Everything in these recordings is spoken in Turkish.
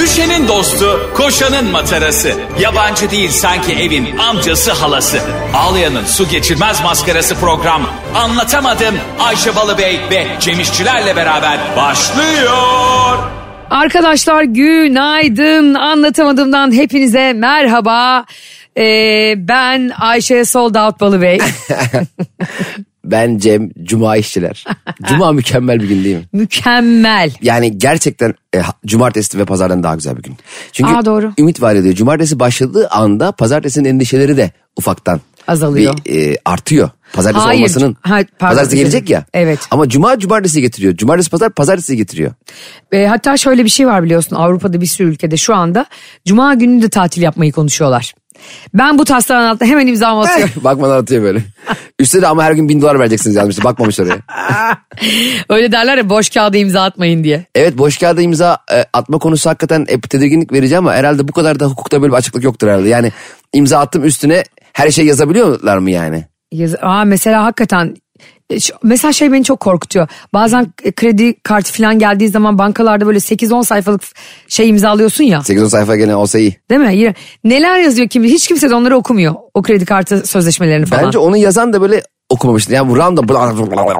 Ayşe'nin dostu, koşanın matarası. Yabancı değil sanki evin amcası halası. Ağlayan'ın su geçirmez maskarası program. Anlatamadım Ayşe Balıbey ve Cemişçilerle beraber başlıyor. Arkadaşlar günaydın. Anlatamadığımdan hepinize merhaba. Ee, ben Ayşe Sold Out Balıbey. Ben Cem Cuma işçiler. Cuma mükemmel bir gün değil mi? Mükemmel. Yani gerçekten e, ha- cumartesi ve pazardan daha güzel bir gün. Çünkü Aa, doğru. ümit var ediyor. Cumartesi başladığı anda pazartesinin endişeleri de ufaktan Azalıyor. bir, e, artıyor. Pazartesi Hayır. olmasının. Ha, pardon, pazartesi özür gelecek ya. dilerim. Evet. Ama cuma cumartesi getiriyor. Cumartesi pazar pazartesi getiriyor. Ee, hatta şöyle bir şey var biliyorsun Avrupa'da bir sürü ülkede şu anda Cuma günü de tatil yapmayı konuşuyorlar. Ben bu taslağın altına hemen imzamı atıyorum. Bakmadan atıyor böyle. Üstte de ama her gün bin dolar vereceksiniz yazmıştı. Bakmamış oraya. Öyle derler ya boş kağıda imza atmayın diye. Evet boş kağıda imza e, atma konusu hakikaten e, tedirginlik verici ama herhalde bu kadar da hukukta böyle bir açıklık yoktur herhalde. Yani imza attım üstüne her şey yazabiliyorlar mı yani? Yaz- Aa, mesela hakikaten e, şu- mesela şey beni çok korkutuyor. Bazen e, kredi kartı falan geldiği zaman bankalarda böyle 8-10 sayfalık f- şey imzalıyorsun ya. 8-10 sayfa gene olsa iyi. Değil mi? Yine neler yazıyor kim hiç kimse de onları okumuyor. O kredi kartı sözleşmelerini falan. Bence onu yazan da böyle okumamıştı. Yani bu random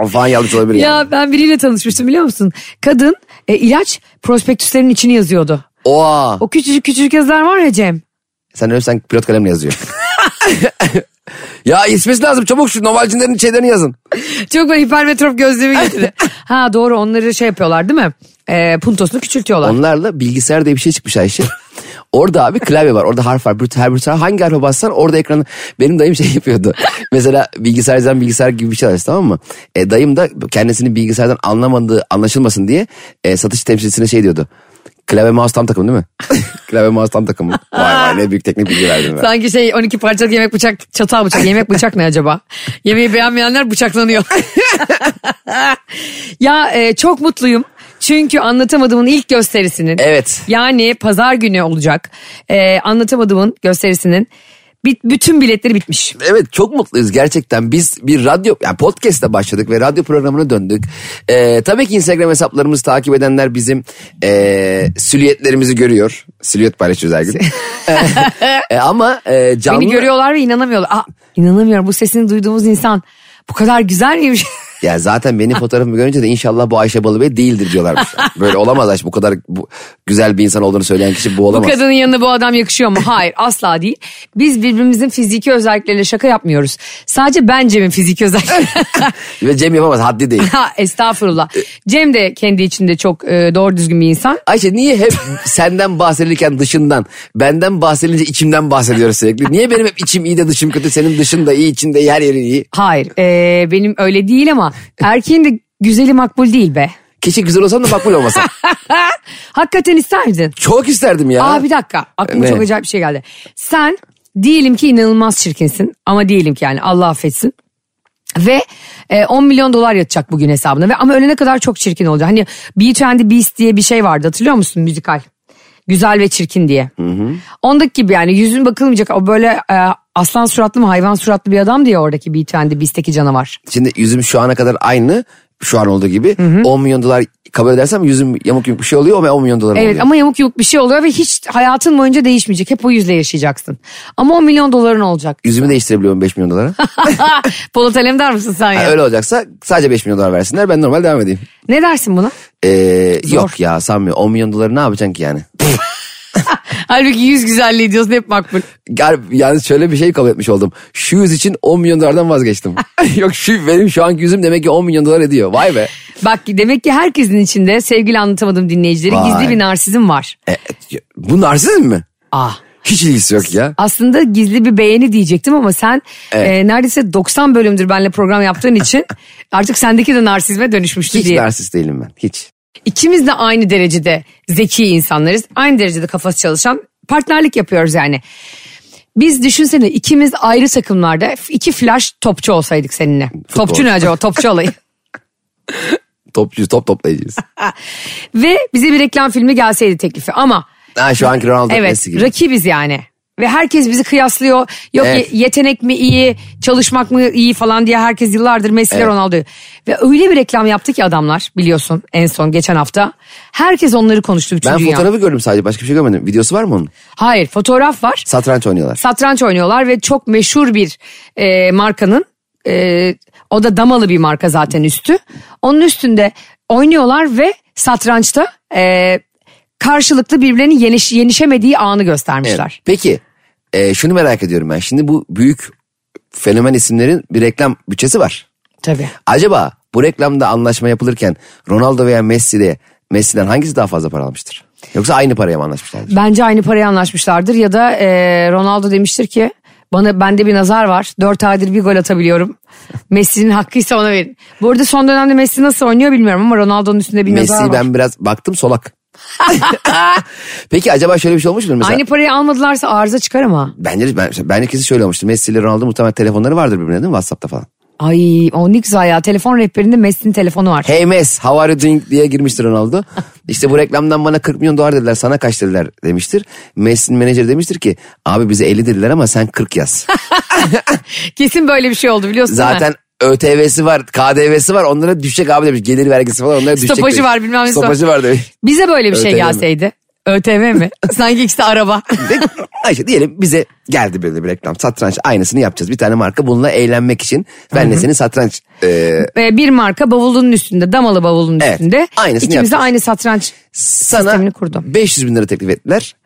falan yazmış olabilir yani. ya ben biriyle tanışmıştım biliyor musun? Kadın e, ilaç prospektüslerin içini yazıyordu. Oha. O küçücük küçücük yazılar var ya Cem. Sen ölürsen pilot kalemle yazıyor. ya ismesi lazım çabuk şu novalcinlerin şeylerini yazın. Çok böyle hipermetrop gözlüğümü getirdi. ha doğru onları şey yapıyorlar değil mi? E, puntosunu küçültüyorlar. Onlarla bilgisayar diye bir şey çıkmış Ayşe. Orada abi klavye var. Orada harf var. Bir her bir tarafa hangi harfe bassan orada ekranı. Benim dayım şey yapıyordu. Mesela bilgisayardan bilgisayar gibi bir şey alıyorsun tamam mı? E, dayım da kendisini bilgisayardan anlamadığı anlaşılmasın diye e, satış temsilcisine şey diyordu. Klavye mouse tam takım değil mi? klavye mouse tam takım. Vay vay ne büyük teknik bilgi verdim ben. Sanki şey 12 parçalık yemek bıçak çatal bıçak yemek bıçak ne acaba? Yemeği beğenmeyenler bıçaklanıyor. ya e, çok mutluyum. Çünkü anlatamadığımın ilk gösterisinin. Evet. Yani pazar günü olacak. E, anlatamadığımın gösterisinin bit- bütün biletleri bitmiş. Evet çok mutluyuz gerçekten. Biz bir radyo yani podcast'te başladık ve radyo programına döndük. Ee, tabii ki Instagram hesaplarımızı takip edenler bizim ee, silüetlerimizi görüyor. Silüet paylaşıyoruz her gün. Ee, ama ee, canlı... Beni görüyorlar ve inanamıyorlar. Aa, inanamıyorum bu sesini duyduğumuz insan bu kadar güzel miymiş? Ya zaten benim fotoğrafımı görünce de inşallah bu Ayşe Balıbey değildir diyorlarmış. Böyle olamaz Ayşe bu kadar bu, güzel bir insan olduğunu söyleyen kişi bu Bu olamaz. kadının yanına bu adam yakışıyor mu? Hayır asla değil. Biz birbirimizin fiziki özellikleriyle şaka yapmıyoruz. Sadece ben Cem'in fiziki özellikleri. Ve Cem yapamaz haddi değil. Ha, estağfurullah. Cem de kendi içinde çok e, doğru düzgün bir insan. Ayşe niye hep senden bahsedilirken dışından, benden bahsedilince içimden bahsediyoruz sürekli? Niye benim hep içim iyi de dışım kötü, senin dışın da iyi, içinde iyi, her yerin iyi? Hayır e, benim öyle değil ama erkeğin de güzeli makbul değil be. Keşke güzel olsam da makbul olmasam. Hakikaten ister misin? Çok isterdim ya. Aa bir dakika aklıma Ne? çok acayip bir şey geldi. Sen diyelim ki inanılmaz çirkinsin ama diyelim ki yani Allah affetsin. Ve e, 10 milyon dolar yatacak bugün hesabına ve ama ölene kadar çok çirkin olacak. Hani Beauty and the Beast diye bir şey vardı hatırlıyor musun müzikal? Güzel ve çirkin diye. Ondaki gibi yani yüzün bakılmayacak o böyle e, aslan suratlı mı hayvan suratlı bir adam diye oradaki Beauty and the Beast'teki canavar. Şimdi yüzüm şu ana kadar aynı. Şu an olduğu gibi. 10 milyon dolar kabul edersem yüzüm yamuk yumuk bir şey oluyor ama 10 milyon dolar Evet oluyor. ama yamuk yumuk bir şey oluyor ve hiç hayatın boyunca değişmeyecek. Hep o yüzle yaşayacaksın. Ama 10 milyon doların olacak. Ah, Yüzümü değiştirebiliyorum 5 milyon dolara. Polat Alemdar mısın sen Ha, ya? öyle olacaksa sadece 5 milyon dolar versinler ben normal devam edeyim. Ne dersin buna? Ee, yok ya sanmıyorum 10 milyon doları ne yapacaksın ki yani? Halbuki yüz güzelliği diyorsun hep makbul. Gar- yani şöyle bir şey kabul etmiş oldum. Şu yüz için 10 milyon dolardan vazgeçtim. Yok şu benim şu anki yüzüm demek ki 10 milyon dolar ediyor. Vay be. Bak ki demek ki herkesin içinde sevgili anlatamadım dinleyicileri Vay. gizli bir narsizm var. E, e, bu narsizm mi? Ah. Hiç ilgisi yok ya. Aslında gizli bir beğeni diyecektim ama sen e, neredeyse 90 bölümdür benimle program yaptığın için artık sendeki de narsizme dönüşmüştü Hiç diye. narsist değilim ben. Hiç. İkimiz de aynı derecede zeki insanlarız. Aynı derecede kafası çalışan partnerlik yapıyoruz yani. Biz düşünsene ikimiz ayrı takımlarda iki flash topçu olsaydık seninle. Topçu ne acaba topçu olayı. Topçuyuz, top toplayıcıyız. Ve bize bir reklam filmi gelseydi teklifi ama Ha, şu anki Ronaldo evet Messi gibi. rakibiz yani. Ve herkes bizi kıyaslıyor. Yok Evet. ye- yetenek mi iyi, çalışmak mı iyi falan diye herkes yıllardır Messi Evet. Ronaldo. Ve öyle bir reklam yaptı ki adamlar biliyorsun en son geçen hafta. Herkes onları konuştu bütün Ben dünya. fotoğrafı gördüm sadece başka bir şey görmedim. Videosu var mı onun? Hayır fotoğraf var. Satranç oynuyorlar. Satranç oynuyorlar ve çok meşhur bir e, markanın e, o da damalı bir marka zaten üstü. Onun üstünde oynuyorlar ve satrançta e, karşılıklı birbirlerinin yeniş, yenişemediği anı Evet. göstermişler. Peki e, şunu merak ediyorum ben. Şimdi bu büyük fenomen isimlerin bir reklam bütçesi var. Tabii. Acaba bu reklamda anlaşma yapılırken Ronaldo veya Messi'de Messi'den hangisi daha fazla para almıştır? Yoksa aynı paraya mı anlaşmışlardır? Bence aynı paraya anlaşmışlardır ya da e, Ronaldo demiştir ki bana bende bir nazar var. Dört aydır bir gol atabiliyorum. Messi'nin hakkıysa ona verin. Bu arada son dönemde Messi nasıl oynuyor bilmiyorum ama Ronaldo'nun üstünde bir nazar Messi'yi var. ben biraz baktım solak. Peki acaba şöyle bir şey olmuş mu? Mesela, Aynı parayı almadılarsa arıza çıkar ama. Bence, ben, bence kesin şöyle olmuştu. Messi ile Ronaldo muhtemelen telefonları vardır birbirine değil mi? Whatsapp'ta falan. Ay o ne güzel ya. Telefon rehberinde Messi'nin telefonu var. Hey Mess how are you doing diye girmiştir Ronaldo. İşte bu reklamdan bana 40 milyon dolar dediler sana kaç dediler demiştir. Messi'nin menajeri demiştir ki abi bize 50 dediler ama sen 40 yaz. Kesin böyle bir şey oldu biliyorsun değil mi? Zaten ÖTV'si var KDV'si var onlara düşecek abi demiş. Gelir vergisi falan onlara düşecek Stopajı demiş. var, bilmem ne Stopajı var demiş. Bize böyle bir şey ÖTV mi? gelseydi. ÖTV mi? Sanki ikisi araba. De, Ayşe diyelim bize geldi böyle bir reklam satranç aynısını yapacağız. Bir tane marka bununla eğlenmek için benle senin satranç e, Ee, bir marka bavulunun üstünde, damalı bavulunun Evet, üstünde. aynısını İkimize yapacağız. aynı satranç. sana Sistemini kurdum. 500 bin lira teklif ettiler.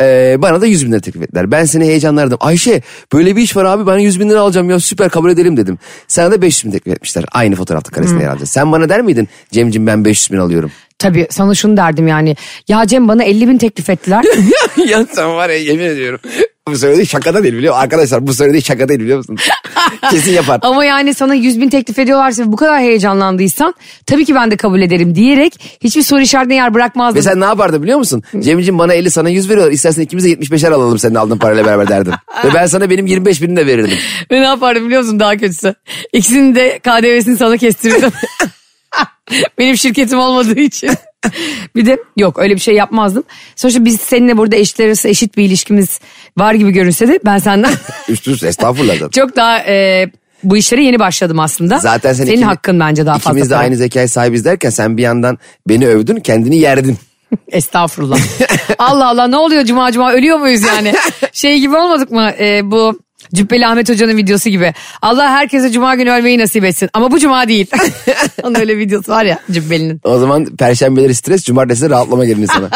Ee, bana da 100 bin lira teklif ettiler. Ben seni heyecanlardım. Ayşe böyle bir iş var abi ben 100 bin lira alacağım ya süper kabul edelim dedim. Sana da 500 bin teklif etmişler. Aynı fotoğrafta karesinde yer alacağız. Sen bana der miydin Cemcim ben 500 bin alıyorum. Tabii sana şunu derdim yani. Ya Cem bana 50 bin teklif ettiler. ya sen var ya yemin ediyorum. Bu söylediği şakada değil biliyor musun? Arkadaşlar bu söylediği şaka değil biliyor musun? Kesin yapar. Ama yani sana 100 bin teklif ediyorlarsa ve bu kadar heyecanlandıysan tabii ki ben de kabul ederim diyerek hiçbir soru işaretine yer bırakmazdım. Ve sen ne yapardı biliyor musun? Cemcim bana 50 sana 100 veriyorlar. İstersen ikimiz de 75'er alalım senin aldığın parayla beraber derdin. Ve ben sana benim 25 binini de verirdim. Ve ne yapardım biliyor musun daha kötüsü? İkisinin de KDV'sini sana kestirirdim. Benim şirketim olmadığı için. bir de yok öyle bir şey yapmazdım. Sonuçta biz seninle burada eşitler arası eşit bir ilişkimiz var gibi görünse de ben senden Üst üste estağfurullah. zaten. çok daha e, bu işlere yeni başladım aslında. Zaten sen Senin ikimiz- hakkın bence daha fazla. İkimiz de para. aynı zekaya sahibiz derken sen bir yandan beni övdün kendini yerdin. Estağfurullah. Allah Allah ne oluyor cuma cuma ölüyor muyuz yani? Şey gibi olmadık mı e, bu Cübbeli Ahmet Hoca'nın videosu gibi. Allah herkese cuma günü ölmeyi nasip etsin. Ama bu cuma değil. Onun öyle videosu var ya Cübbeli'nin. O zaman perşembeleri stres cumartesi de rahatlama gelir sana.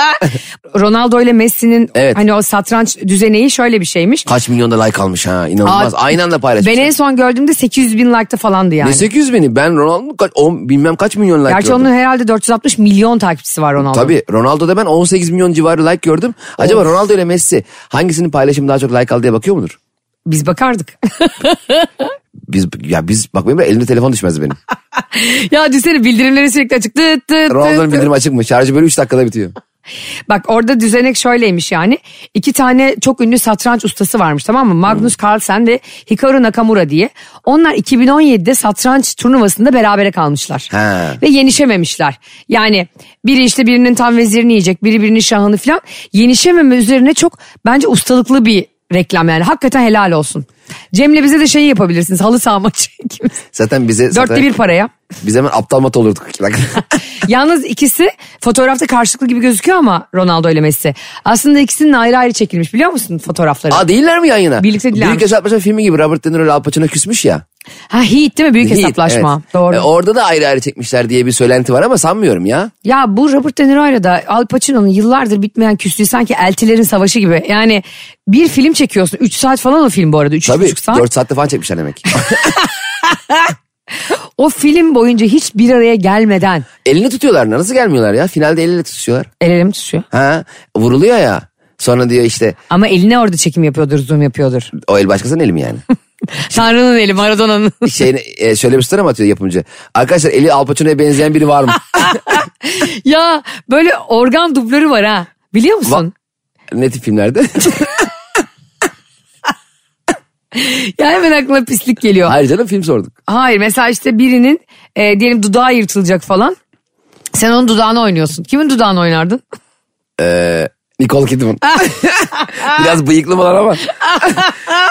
Ronaldo ile Messi'nin Evet. hani o satranç düzeneği şöyle bir şeymiş. Kaç milyonda like almış ha inanılmaz. Aa, Aynı anda Ben paylaşmış. en son gördüğümde 800 bin like'ta falandı yani. Ne 800 bini ben Ronaldo kaç, on, bilmem kaç milyon like Gerçi gördüm. onun herhalde 460 milyon takipçisi var Ronaldo. Tabii Ronaldo'da ben 18 milyon civarı like gördüm. Acaba Ronaldo ile Messi hangisinin paylaşımı daha çok like aldı diye bakıyor mudur? Biz bakardık. Biz ya biz bak benim elimde telefon düşmez benim. ya düşünsene bildirimleri sürekli açık. Tıt tıt tıt Ronaldo'nun tıt. bildirim açık mı? Şarjı böyle 3 dakikada bitiyor. Bak orada düzenek şöyleymiş yani. İki tane çok ünlü satranç ustası varmış tamam mı? Magnus Hmm. Carlsen ve Hikaru Nakamura diye. Onlar 2017'de satranç turnuvasında berabere kalmışlar. He. Ve yenişememişler. Yani biri işte birinin tam vezirini yiyecek, biri birinin şahını falan. Yenişememe üzerine çok bence ustalıklı bir reklam yani. Hakikaten helal olsun. Cem'le bize de şeyi yapabilirsiniz. Halı saha maçı ikimiz. Zaten bize Dörtte zaten, bir paraya. biz hemen aptal mat olurduk. iki dakika. Yalnız ikisi fotoğrafta karşılıklı gibi gözüküyor ama Ronaldo ile Messi. Aslında ikisinin ayrı ayrı çekilmiş biliyor musun fotoğrafları? Aa değiller mi yayına? Birlikte değillermiş. Büyük Hesaplaşma filmi gibi Robert De Niro ile Al Pacino küsmüş ya. ha Heat değil mi? Büyük Heat, hesaplaşma. evet. Doğru. E, orada da ayrı ayrı çekmişler diye bir söylenti var ama sanmıyorum ya. ya bu Robert De Niro'yla da Al Pacino'nun yıllardır bitmeyen küslüğü sanki eltilerin savaşı gibi. Yani bir film çekiyorsun. 3 saat falan o film bu arada. 3,5 Tabii saat. 4 saatte falan çekmişler demek. O film boyunca hiç bir araya gelmeden elini tutuyorlar nasıl gelmiyorlar ya? Finalde eliyle tutuşuyorlar. el ele mi tutuşuyor? Ha, vuruluyor ya. Sonra diyor işte Ama eline orada çekim yapıyordur, zoom yapıyordur. o el başkasının eli mi yani? Tanrı'nın eli, Maradona'nın. Şeyini, e, şöyle bir story mi atıyor yapımcı? Arkadaşlar eli Al Pacino'ya benzeyen biri var mı? ya böyle organ dublörü var ha. Biliyor musun? ne tip filmlerde? Ya hemen aklına pislik geliyor. Hayır canım film sorduk. Hayır mesela işte birinin e, diyelim dudağı yırtılacak falan. Sen onun dudağını oynuyorsun. Kimin dudağını oynardın? Nicole Kidman. Biraz bıyıklı falan ama.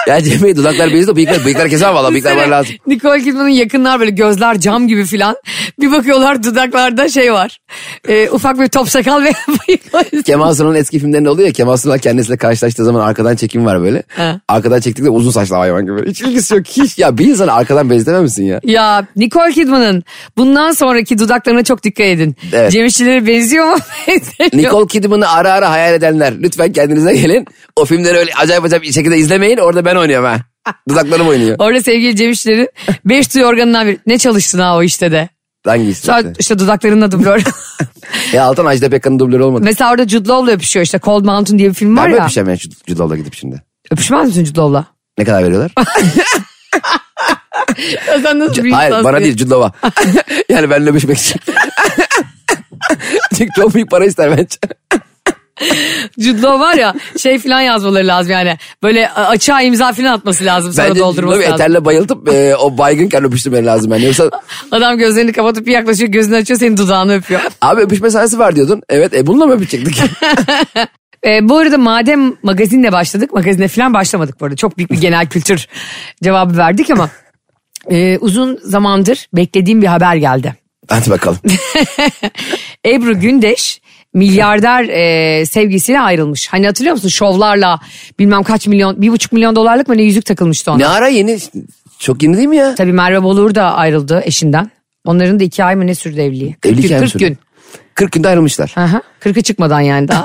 ya Cem Bey dudaklar benziyor da bıyıklar, bıyıklar kesemem valla bıyıklar Düşünsene, bana lazım. Nicole Kidman'ın yakınlar böyle gözler cam gibi filan. Bir bakıyorlar dudaklarda şey var. Ee, ufak bir top sakal ve bıyık var. Kemal Sunal'ın eski filmlerinde oluyor ya Kemal Sunal kendisiyle karşılaştığı zaman arkadan çekim var böyle. Ha. Arkadan çektikleri uzun saçlı hayvan gibi. Hiç ilgisi yok hiç. Ya bir insanı arkadan benzetemez misin ya? Ya Nicole Kidman'ın bundan sonraki dudaklarına çok dikkat edin. Evet. Cem İşçilere benziyor mu? Benzemiyor. Nicole Kidman'ı ara ara hayal edenler lütfen kendinize gelin. O filmleri öyle acayip acayip bir şekilde izlemeyin. Orada ben oynuyorum ha. Dudaklarım oynuyor. Orada sevgili Cem İşçilerin beş duyu organından bir. Ne çalıştın ha o işte de. Hangisi? Sonra işte dudaklarınla dublör. Ya Altan Ajda Pekkan'ın dublörü olmadı. Mesela orada Jude Law'la öpüşüyor işte Cold Mountain diye bir film var Ben mi ya. öpüşeceğim ya şey Cud- Cudal'la gidip şimdi? Öpüşmez misin Jude Law'la? Ne kadar veriyorlar? Sen nasıl bir Hayır insansın bana ya? değil Cudal'a. yani benimle öpüşmek için. Çünkü çok büyük para ister bence. Jude Law var ya şey filan yazmaları lazım yani. Böyle a- açığa imza filan atması lazım sonra Bence doldurması Cudal'ı lazım. eterle bayıltıp e, o baygınken öpüştürmen lazım. Yani. Yoksa Adam gözlerini kapatıp bir yaklaşıyor gözünü açıyor senin dudağını öpüyor. abi öpüşme sahnesi var diyordun. Evet e, bununla mı öpüşecektik? Ee, bu arada madem magazinle başladık, magazine falan başlamadık bu arada. Çok büyük bir genel kültür cevabı verdik ama e, uzun zamandır beklediğim bir haber geldi. Hadi bakalım. Ebru Gündeş milyarder e, sevgisiyle ayrılmış. Hani hatırlıyor musun şovlarla bilmem kaç milyon, bir buçuk milyon dolarlık mı ne yüzük takılmıştı ona. Ne ara yeni? Çok yeni değil mi ya? Tabii Merve Bolur da ayrıldı eşinden. Onların da iki ay mı ne sürdü evliliği? 40 Evlilik gün. yani 40 sürdü. gün. 40 günde ayrılmışlar. Aha, 40'ı çıkmadan yani daha.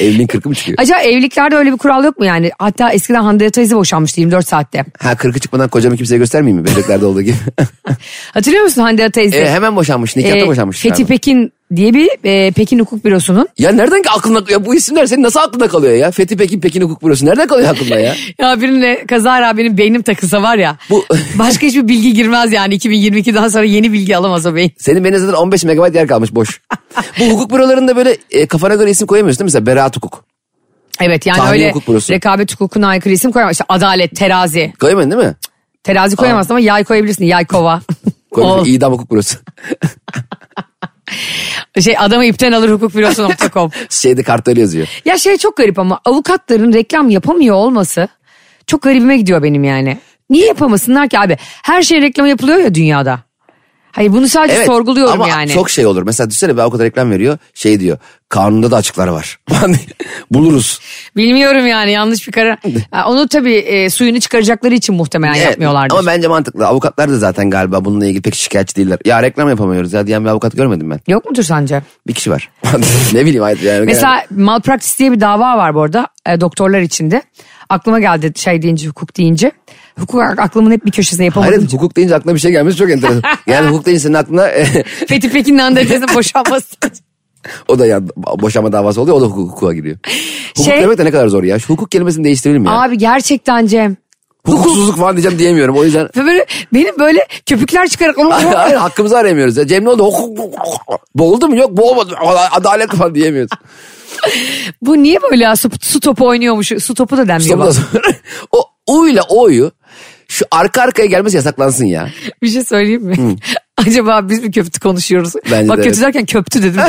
Evliliğin 40'ı mı çıkıyor? Acaba evliliklerde öyle bir kural yok mu yani? Hatta eskiden Hande Yatayız'ı boşanmıştı 24 saatte. Ha 40'ı çıkmadan kocamı kimseye göstermeyeyim mi? Bebeklerde olduğu gibi. Hatırlıyor musun Hande Yatayız'ı? E, hemen boşanmış. Nikahta Ee, boşanmış. Fethi Pekin diye bir e, Pekin Hukuk Bürosu'nun. Ya nereden ki aklına ya bu isimler senin nasıl aklında kalıyor ya? Fethi Pekin Pekin Hukuk Bürosu nereden kalıyor aklında ya? Ya birine kazara benim beynim takılsa var ya. Bu- başka hiçbir bilgi girmez yani 2022'den sonra yeni bilgi alamaz o beyin. Senin benim zaten 15 megabayt yer kalmış boş. bu hukuk bürolarında böyle e, kafana göre isim koyamıyorsun değil mi? Mesela Beraat Hukuk. Evet yani Tahliye öyle hukuk bürosu. rekabet hukukuna aykırı isim koyamaz. İşte adalet, terazi. Koyamıyorsun değil mi? Terazi koyamazsın ama yay koyabilirsin yay kova. Koyamıyorsun. İdam Hukuk Bürosu. O şey adamı ipten alır hukuk bürosu.com. Şeyde kartta öyle yazıyor. ya şey çok garip ama avukatların reklam yapamıyor olması çok garibime gidiyor benim yani. Niye yapamasınlar ki abi? Her şey reklam yapılıyor ya dünyada. Hayır bunu sadece sorguluyorum ama yani. çok şey olur. Mesela düşünsene bir avukat reklam veriyor. Şey diyor. Kanunda da açıklar var. Buluruz. Bilmiyorum yani yanlış bir karar. Ha, Onu tabii e, suyunu çıkaracakları için muhtemelen Evet, yapmıyorlardır. E, Ama bence mantıklı. Avukatlar da zaten galiba bununla ilgili pek şikayetçi değiller. Ya reklam yapamıyoruz ya diyen bir avukat görmedim ben. Yok mudur sence? Bir kişi var. ne bileyim hayır. Yani Mesela malpraktis diye bir dava var bu arada e, doktorlar içinde. Aklıma geldi şey deyince hukuk deyince. Hukuk aklımın hep bir köşesine yapamadım. Hayret hukuk deyince aklına bir şey gelmesi çok enteresan. yani hukuk deyince senin aklına eh, Fethi Pekin'in Andalya'sının boşanması. o da ya, boşanma davası oluyor o da hukuk, hukuka giriyor. Hukuk Şey- demek de ne kadar zor ya. Şu hukuk kelimesini değiştirelim mi ya. Abi gerçekten Cem. Hukuksuzluk falan diyeceğim diyemiyorum o yüzden. Ve böyle, benim böyle köpükler çıkarak onu Hayır hakkımızı aramıyoruz ya. Cem ne oldu? Hukuk, hukuk, hukuk. Boğuldu mu? Yok boğulmadı. Adalet falan diyemiyoruz. bu niye böyle ya su, su topu oynuyormuş su topu da denmiyor. Sonra, bak. sonra o U ile O'yu şu arka arkaya gelmesi yasaklansın ya. Bir şey söyleyeyim mi? Acaba biz mi köptü konuşuyoruz? Bence Bak de kötü evet. derken köptü dedim.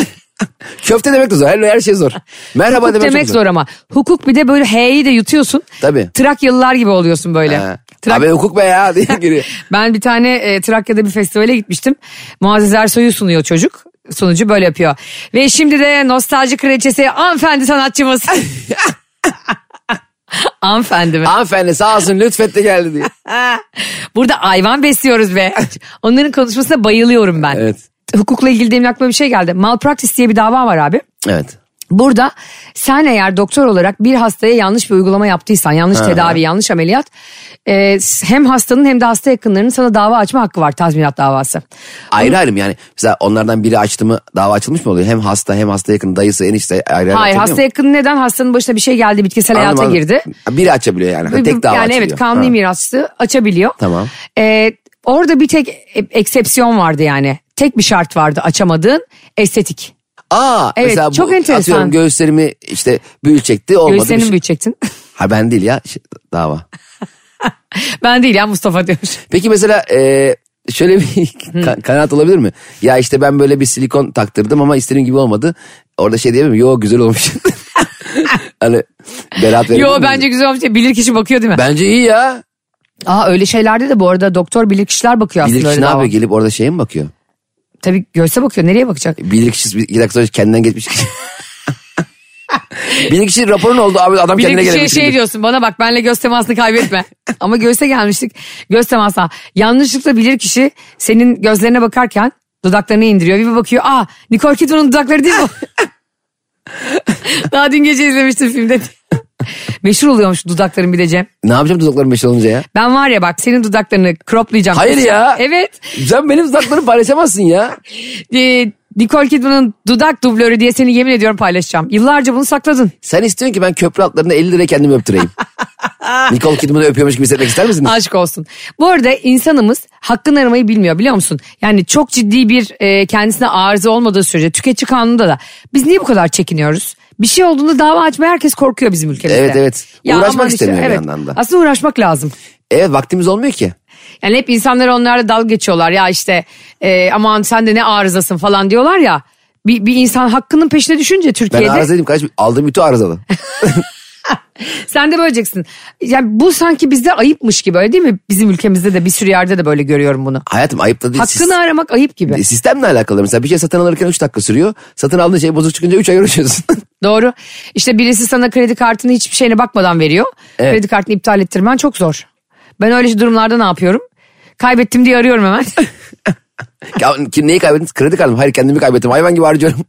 Köfte demek de zor. Her, her şey zor. Merhaba Hukuk demek, demek çok zor ama. Hukuk bir de böyle H'yi de yutuyorsun. Tabii. Trakyalılar gibi oluyorsun böyle. Ha. Trak- Abi hukuk be ya diye giriyor. Ben bir tane e, Trakya'da bir festivale gitmiştim. Muazzez Ersoy'u sunuyor çocuk. Sunucu böyle yapıyor. Ve şimdi de nostalji kraliçesi hanımefendi sanatçımız. hanımefendi mi? Hanımefendi sağ olsun lütfetle geldi diye. Burada hayvan besliyoruz be. Onların konuşmasına bayılıyorum ben. Evet. Hukukla ilgili demin aklıma bir şey geldi. Malpraktis diye bir dava var abi. Evet. Burada sen eğer doktor olarak bir hastaya yanlış bir uygulama yaptıysan, yanlış tedavi, yanlış ameliyat, e, hem hastanın hem de hasta yakınlarının sana dava açma hakkı var tazminat davası. Ayrı ayrı mı yani? Mesela onlardan biri açtı mı dava açılmış mı oluyor? Hem hasta hem hasta yakın dayısı enişte ayrı ayrı Hayır açılıyor hasta mu? yakını neden hastanın başına bir şey geldi bitkisel Anladım, hayata anladım. girdi. Biri açabiliyor yani. Ha, Tek dava yani açılıyor. evet kanuni Ha. mirasçı açabiliyor. Tamam. E, orada bir tek e- eksepsiyon vardı yani. Tek bir şart vardı açamadığın estetik. Aa Evet, mesela çok bu, enteresan. atıyorum göğüslerimi işte büyülecekti olmadı. bir Göğüslerini şey- büyütecektin. Ha ben değil ya şey, dava. ben değil ya Mustafa diyormuş. Peki mesela e, şöyle bir ka- kanaat olabilir mi? Ya işte ben böyle bir silikon taktırdım ama istediğim gibi olmadı. Orada şey diyemem mi? Yo güzel olmuş. hani beraat verelim Yo mi? bence güzel olmuş. Bilir kişi bakıyor değil mi? Bence iyi ya. Aa öyle şeylerde de bu arada doktor bilir kişiler bakıyor aslında. Bilir kişi öyle ne dava. yapıyor gelip orada şeye mi bakıyor? Tabii göğse bakıyor. Nereye bakacak? Bilir kişi iki dakika sonra kendinden geçmiş. Bilir kişi raporun oldu abi adam Bir kendine de şey, gelemiş. şey şimdi. diyorsun bana bak benle göz temasını kaybetme. Ama göğse gelmiştik. Göz temasına. Yanlışlıkla bilir kişi senin gözlerine bakarken dudaklarını indiriyor. Bir bakıyor. Aa Nicole Kidman'ın dudakları değil mi? Daha dün gece izlemiştim filmde. Meşhur oluyormuş dudakların bir de Cem. Ne yapacağım dudaklarım meşe olunca ya? Ben var ya bak senin dudaklarını croplayacağım. Hayır ya. Evet. Sen benim dudaklarımı paylaşamazsın ya. Ee, Nicole Kidman'ın dudak dublörü diye seni yemin ediyorum paylaşacağım. Yıllarca bunu sakladın. Sen istiyorsun ki ben köprü altlarında 50 liraya kendimi öptüreyim. Nicole Kidman'ı öpüyormuş gibi hissetmek ister misiniz? Aşk olsun. Bu arada insanımız hakkını aramayı bilmiyor biliyor musun? Yani çok ciddi bir e, kendisine arıza olmadığı sürece tüketici kanununda da biz niye bu kadar çekiniyoruz? Bir şey olduğunda dava açmaya herkes korkuyor bizim ülkemizde. Evet, evet. Uğraşmak aman istemiyor bir yandan da. Aslında uğraşmak lazım. Evet vaktimiz olmuyor ki. Yani hep insanlar onlarla dalga geçiyorlar ya işte e, aman sen de ne arızasın falan diyorlar ya. Bir, bir insan hakkının peşine düşünce Ben Türkiye'de arıza arızalıyım kardeşim. Aldığım bütün arızalı. sen de böleceksin. Yani bu sanki bizde ayıpmış gibi öyle değil mi? Bizim ülkemizde de bir sürü yerde de böyle görüyorum bunu. Hayatım ayıpta değil. Sis- Hakkını aramak ayıp gibi. Sistemle alakalı mesela bir şey satın alırken 3 dakika sürüyor. Satın aldığın şey bozuk çıkınca 3 ay uğraşıyorsun. Doğru. İşte birisi sana kredi kartını hiçbir şeyine bakmadan veriyor. Evet. Kredi kartını iptal ettirmen çok zor. Ben öyle durumlarda ne yapıyorum? Kaybettim diye arıyorum hemen. ya, kim, neyi kaybettiniz? Kredi kartım. Hayır kendimi kaybettim. Hayvan gibi harcıyorum.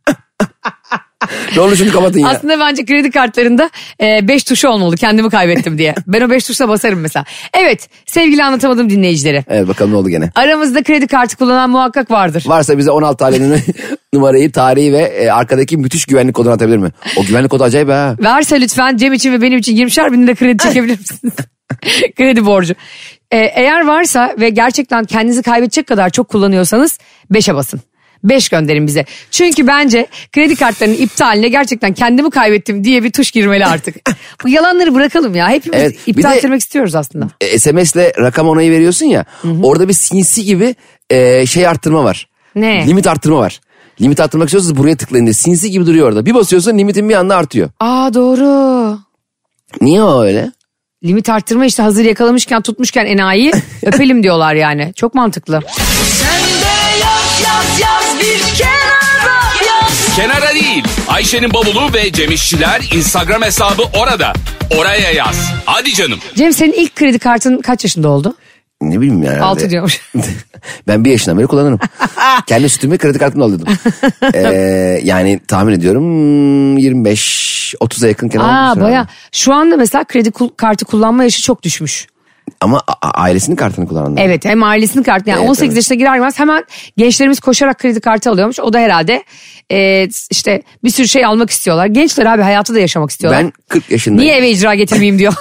ne olur şunu kapatın ya. Aslında bence kredi kartlarında 5 tuşu olmalı kendimi kaybettim diye. Ben o 5 tuşla basarım mesela. Evet sevgili anlatamadım dinleyicilere. Evet bakalım ne oldu gene. Aramızda kredi kartı kullanan muhakkak vardır. Varsa bize 16 tane numarayı, tarihi ve e, arkadaki müthiş güvenlik kodunu atabilir mi? O güvenlik kodu acayip ha. Verse lütfen Cem için ve benim için 20'şer bin lira kredi çekebilir misiniz? kredi borcu. Ee, eğer varsa ve gerçekten kendinizi kaybedecek kadar çok kullanıyorsanız 5'e basın. 5 gönderin bize. Çünkü bence kredi kartlarının iptaline gerçekten kendimi kaybettim diye bir tuş girmeli artık. Bu yalanları bırakalım ya. Hepimiz Evet, bir iptal de- ettirmek istiyoruz aslında. e, SMS'le rakam onayı veriyorsun ya. Orada bir sinsi gibi e, şey arttırma var. Ne? Limit arttırma var. Limit arttırmak istiyorsanız buraya tıklayın diye. Sinsi gibi duruyor orada. Bir basıyorsun limitin bir anda artıyor. Aa doğru. Niye o öyle? Limit arttırma işte hazır yakalamışken tutmuşken enayi öpelim diyorlar yani. Çok mantıklı. Kenara değil. Ayşe'nin bavulu ve Cemişçiler Instagram hesabı orada. Oraya yaz. Hadi canım. Cem senin ilk kredi kartın kaç yaşında oldu? Ne bileyim yani. 6 diyormuş. ben bir yaşından beri kullanırım. Kendi sütümü kredi kartımla alıyordum. E, yani tahmin ediyorum 25-30'a yakınken Aa almıştır baya. herhalde. Şu anda mesela kredi kul- kartı kullanma yaşı çok düşmüş. Ama a- a- ailesinin kartını kullananlar. Evet hem ailesinin kartı yani Evet, 18 evet. yaşına girer girmez hemen gençlerimiz koşarak kredi kartı alıyormuş. O da herhalde e, işte bir sürü şey almak istiyorlar. Gençler abi hayatı da yaşamak istiyorlar. Ben 40 yaşındayım. Niye eve icra getirmeyeyim diyor.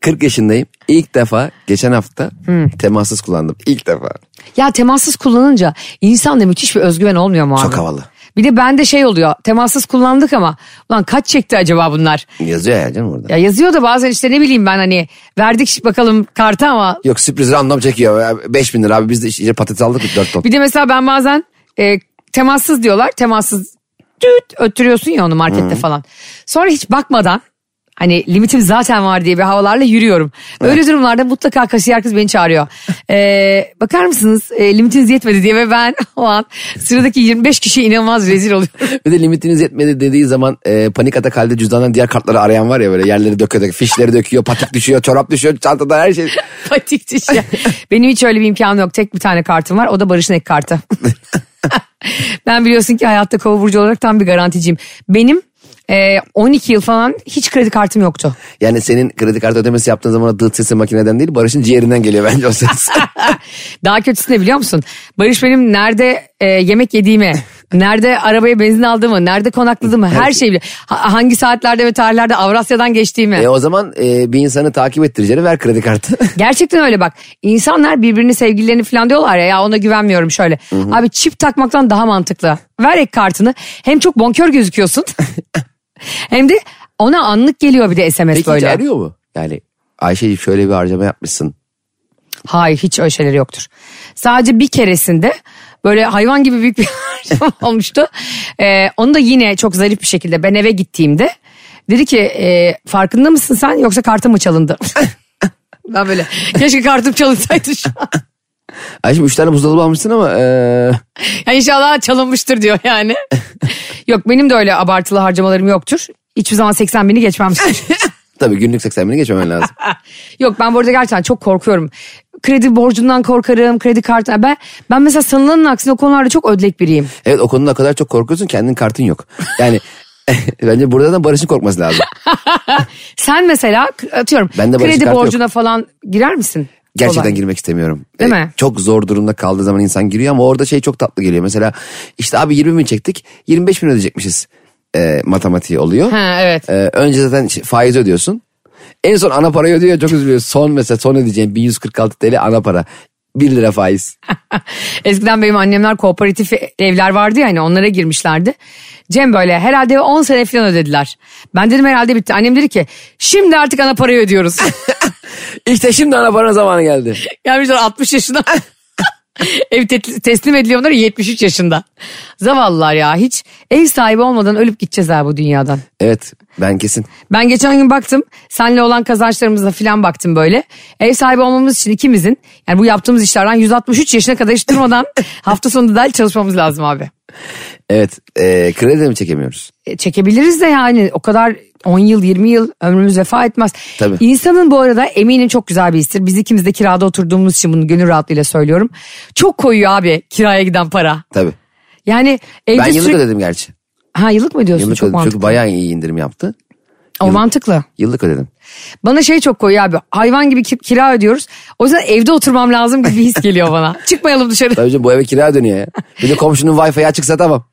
40 yaşındayım. İlk defa geçen hafta temassız kullandım. İlk defa. ya temassız kullanınca insanda müthiş bir özgüven olmuyor mu abi? Çok havalı. Bir de bende şey oluyor temassız kullandık ama ulan kaç çekti acaba bunlar? Yazıyor ya canım orada. Ya yazıyor da bazen işte ne bileyim ben hani verdik bakalım kartı ama Yok sürpriz random çekiyor. 5000 lira abi biz de işte şey, patates aldık 4 ton. Bir de mesela ben bazen e, temassız diyorlar. Temassız düt öttürüyorsun ya onu markette falan. Sonra hiç bakmadan hani limitim zaten var diye bir havalarla yürüyorum. Öyle durumlarda mutlaka kasiyer kız beni çağırıyor. E, bakar mısınız e, limitiniz yetmedi diye ve ben o an sıradaki 25 kişiye inanılmaz rezil oluyorum. Bir de limitiniz yetmedi dediği zaman e, panik atak halde cüzdandan diğer kartları arayan var ya böyle yerleri döküyor, döküyor fişleri döküyor, patik düşüyor, çorap düşüyor, çantada her şey. Patik dişi. Benim hiç öyle bir imkanım yok. Tek bir tane kartım var. O da Barış'ın ek kartı. ben biliyorsun ki hayatta kova burcu olarak tam bir garanticiyim. Benim e, 12 yıl falan hiç kredi kartım yoktu. Yani senin kredi kartı ödemesi yaptığın zaman o dıt sesi makineden değil Barış'ın ciğerinden geliyor bence o ses. Daha kötüsü ne biliyor musun? Barış benim nerede e, yemek yediğimi, nerede arabaya benzin aldığımı, nerede konakladığımı her şeyi biliyor. Ha- hangi saatlerde ve tarihlerde Avrasya'dan geçtiğimi. e, o zaman e, bir insanı takip ettireceğine ver kredi kartı. Gerçekten öyle bak. İnsanlar birbirini sevgililerini falan diyorlar ya ya ona güvenmiyorum şöyle. Abi çip takmaktan daha mantıklı. Ver ek kartını. Hem çok bonkör gözüküyorsun. hem de ona anlık geliyor bir de SMS Peki hiç böyle. arıyor mu? Yani Ayşe şöyle bir harcama yapmışsın. Hayır hiç öyle şeyleri yoktur. Sadece bir keresinde böyle hayvan gibi büyük bir harcama olmuştu. Ee, onu da yine çok zarif bir şekilde ben eve gittiğimde Dedi ki e, farkında mısın sen yoksa kartım mı çalındı? ben böyle keşke kartım çalınsaydı şu an. Ayşem 3 tane buzdolabı almışsın ama e, Yani inşallah çalınmıştır diyor yani. Yok benim de öyle abartılı harcamalarım yoktur. Hiçbir zaman 80 bini geçmemiştir. tabii günlük 80 bini geçmemen lazım. Yok ben bu arada gerçekten çok korkuyorum. Kredi borcundan korkarım, kredi kartına. Ben, ben mesela sanılanın aksine o konularda çok ödlek biriyim. evet o konuda o kadar çok korkuyorsun kendin kartın yok. Yani bence burada da Barış'ın korkması lazım. Sen mesela atıyorum Ben de barışık kredi kartı borcuna falan girer misin? Gerçekten Kolay. girmek istemiyorum. Değil E, mi? Çok zor durumda kaldığı zaman insan giriyor ama orada şey çok tatlı geliyor. Mesela işte abi 20 bin çektik 25 bin ödeyecekmişiz e, matematiği oluyor. Ha, evet. E, önce zaten işte faiz ödüyorsun. En son ana parayı ödüyor çok üzülüyorsun. Son mesela son ödeyeceğin 1146 TL ana para. 1 lira faiz. Eskiden benim annemler kooperatif evler vardı ya hani onlara girmişlerdi. Cem böyle herhalde 10 sene falan ödediler. Ben dedim herhalde bitti. Annem dedi ki şimdi artık ana parayı ödüyoruz. İşte şimdi ana paranın zamanı geldi. Gelmişler 60 yaşında. Ev te- teslim ediliyor onlara 73 yaşında. Zavallılar ya hiç ev sahibi olmadan ölüp gideceğiz ha bu dünyadan. Evet ben kesin. Ben geçen gün baktım. Senle olan kazançlarımıza filan baktım böyle. Ev sahibi olmamız için ikimizin yani bu yaptığımız işlerden 163 yaşına kadar hiç durmadan hafta sonunda dahil çalışmamız lazım abi. Evet e, kredi de mi çekemiyoruz? E, çekebiliriz de yani o kadar 10 yıl 20 yıl ömrümüz vefa etmez. Tabii. İnsanın bu arada eminim çok güzel bir histir. Biz ikimiz de kirada oturduğumuz için bunu gönül rahatlığıyla söylüyorum. Çok koyuyor abi kiraya giden para. Tabii. Yani evde Ben yıllık E, sürekli- ödedim gerçi. Ha yıllık mı diyorsun? Yıllık çok ödedim mantıklı. çünkü bayağı iyi indirim yaptı. o mantıklı. Yıllık ödedim. Bana şey çok koyuyor abi. Hayvan gibi ki- kira ödüyoruz. O yüzden evde oturmam lazım gibi bir his geliyor bana. Çıkmayalım dışarı. Tabii canım bu eve kira dönüyor ya. Bir de komşunun wifi'yi açıksa tamam.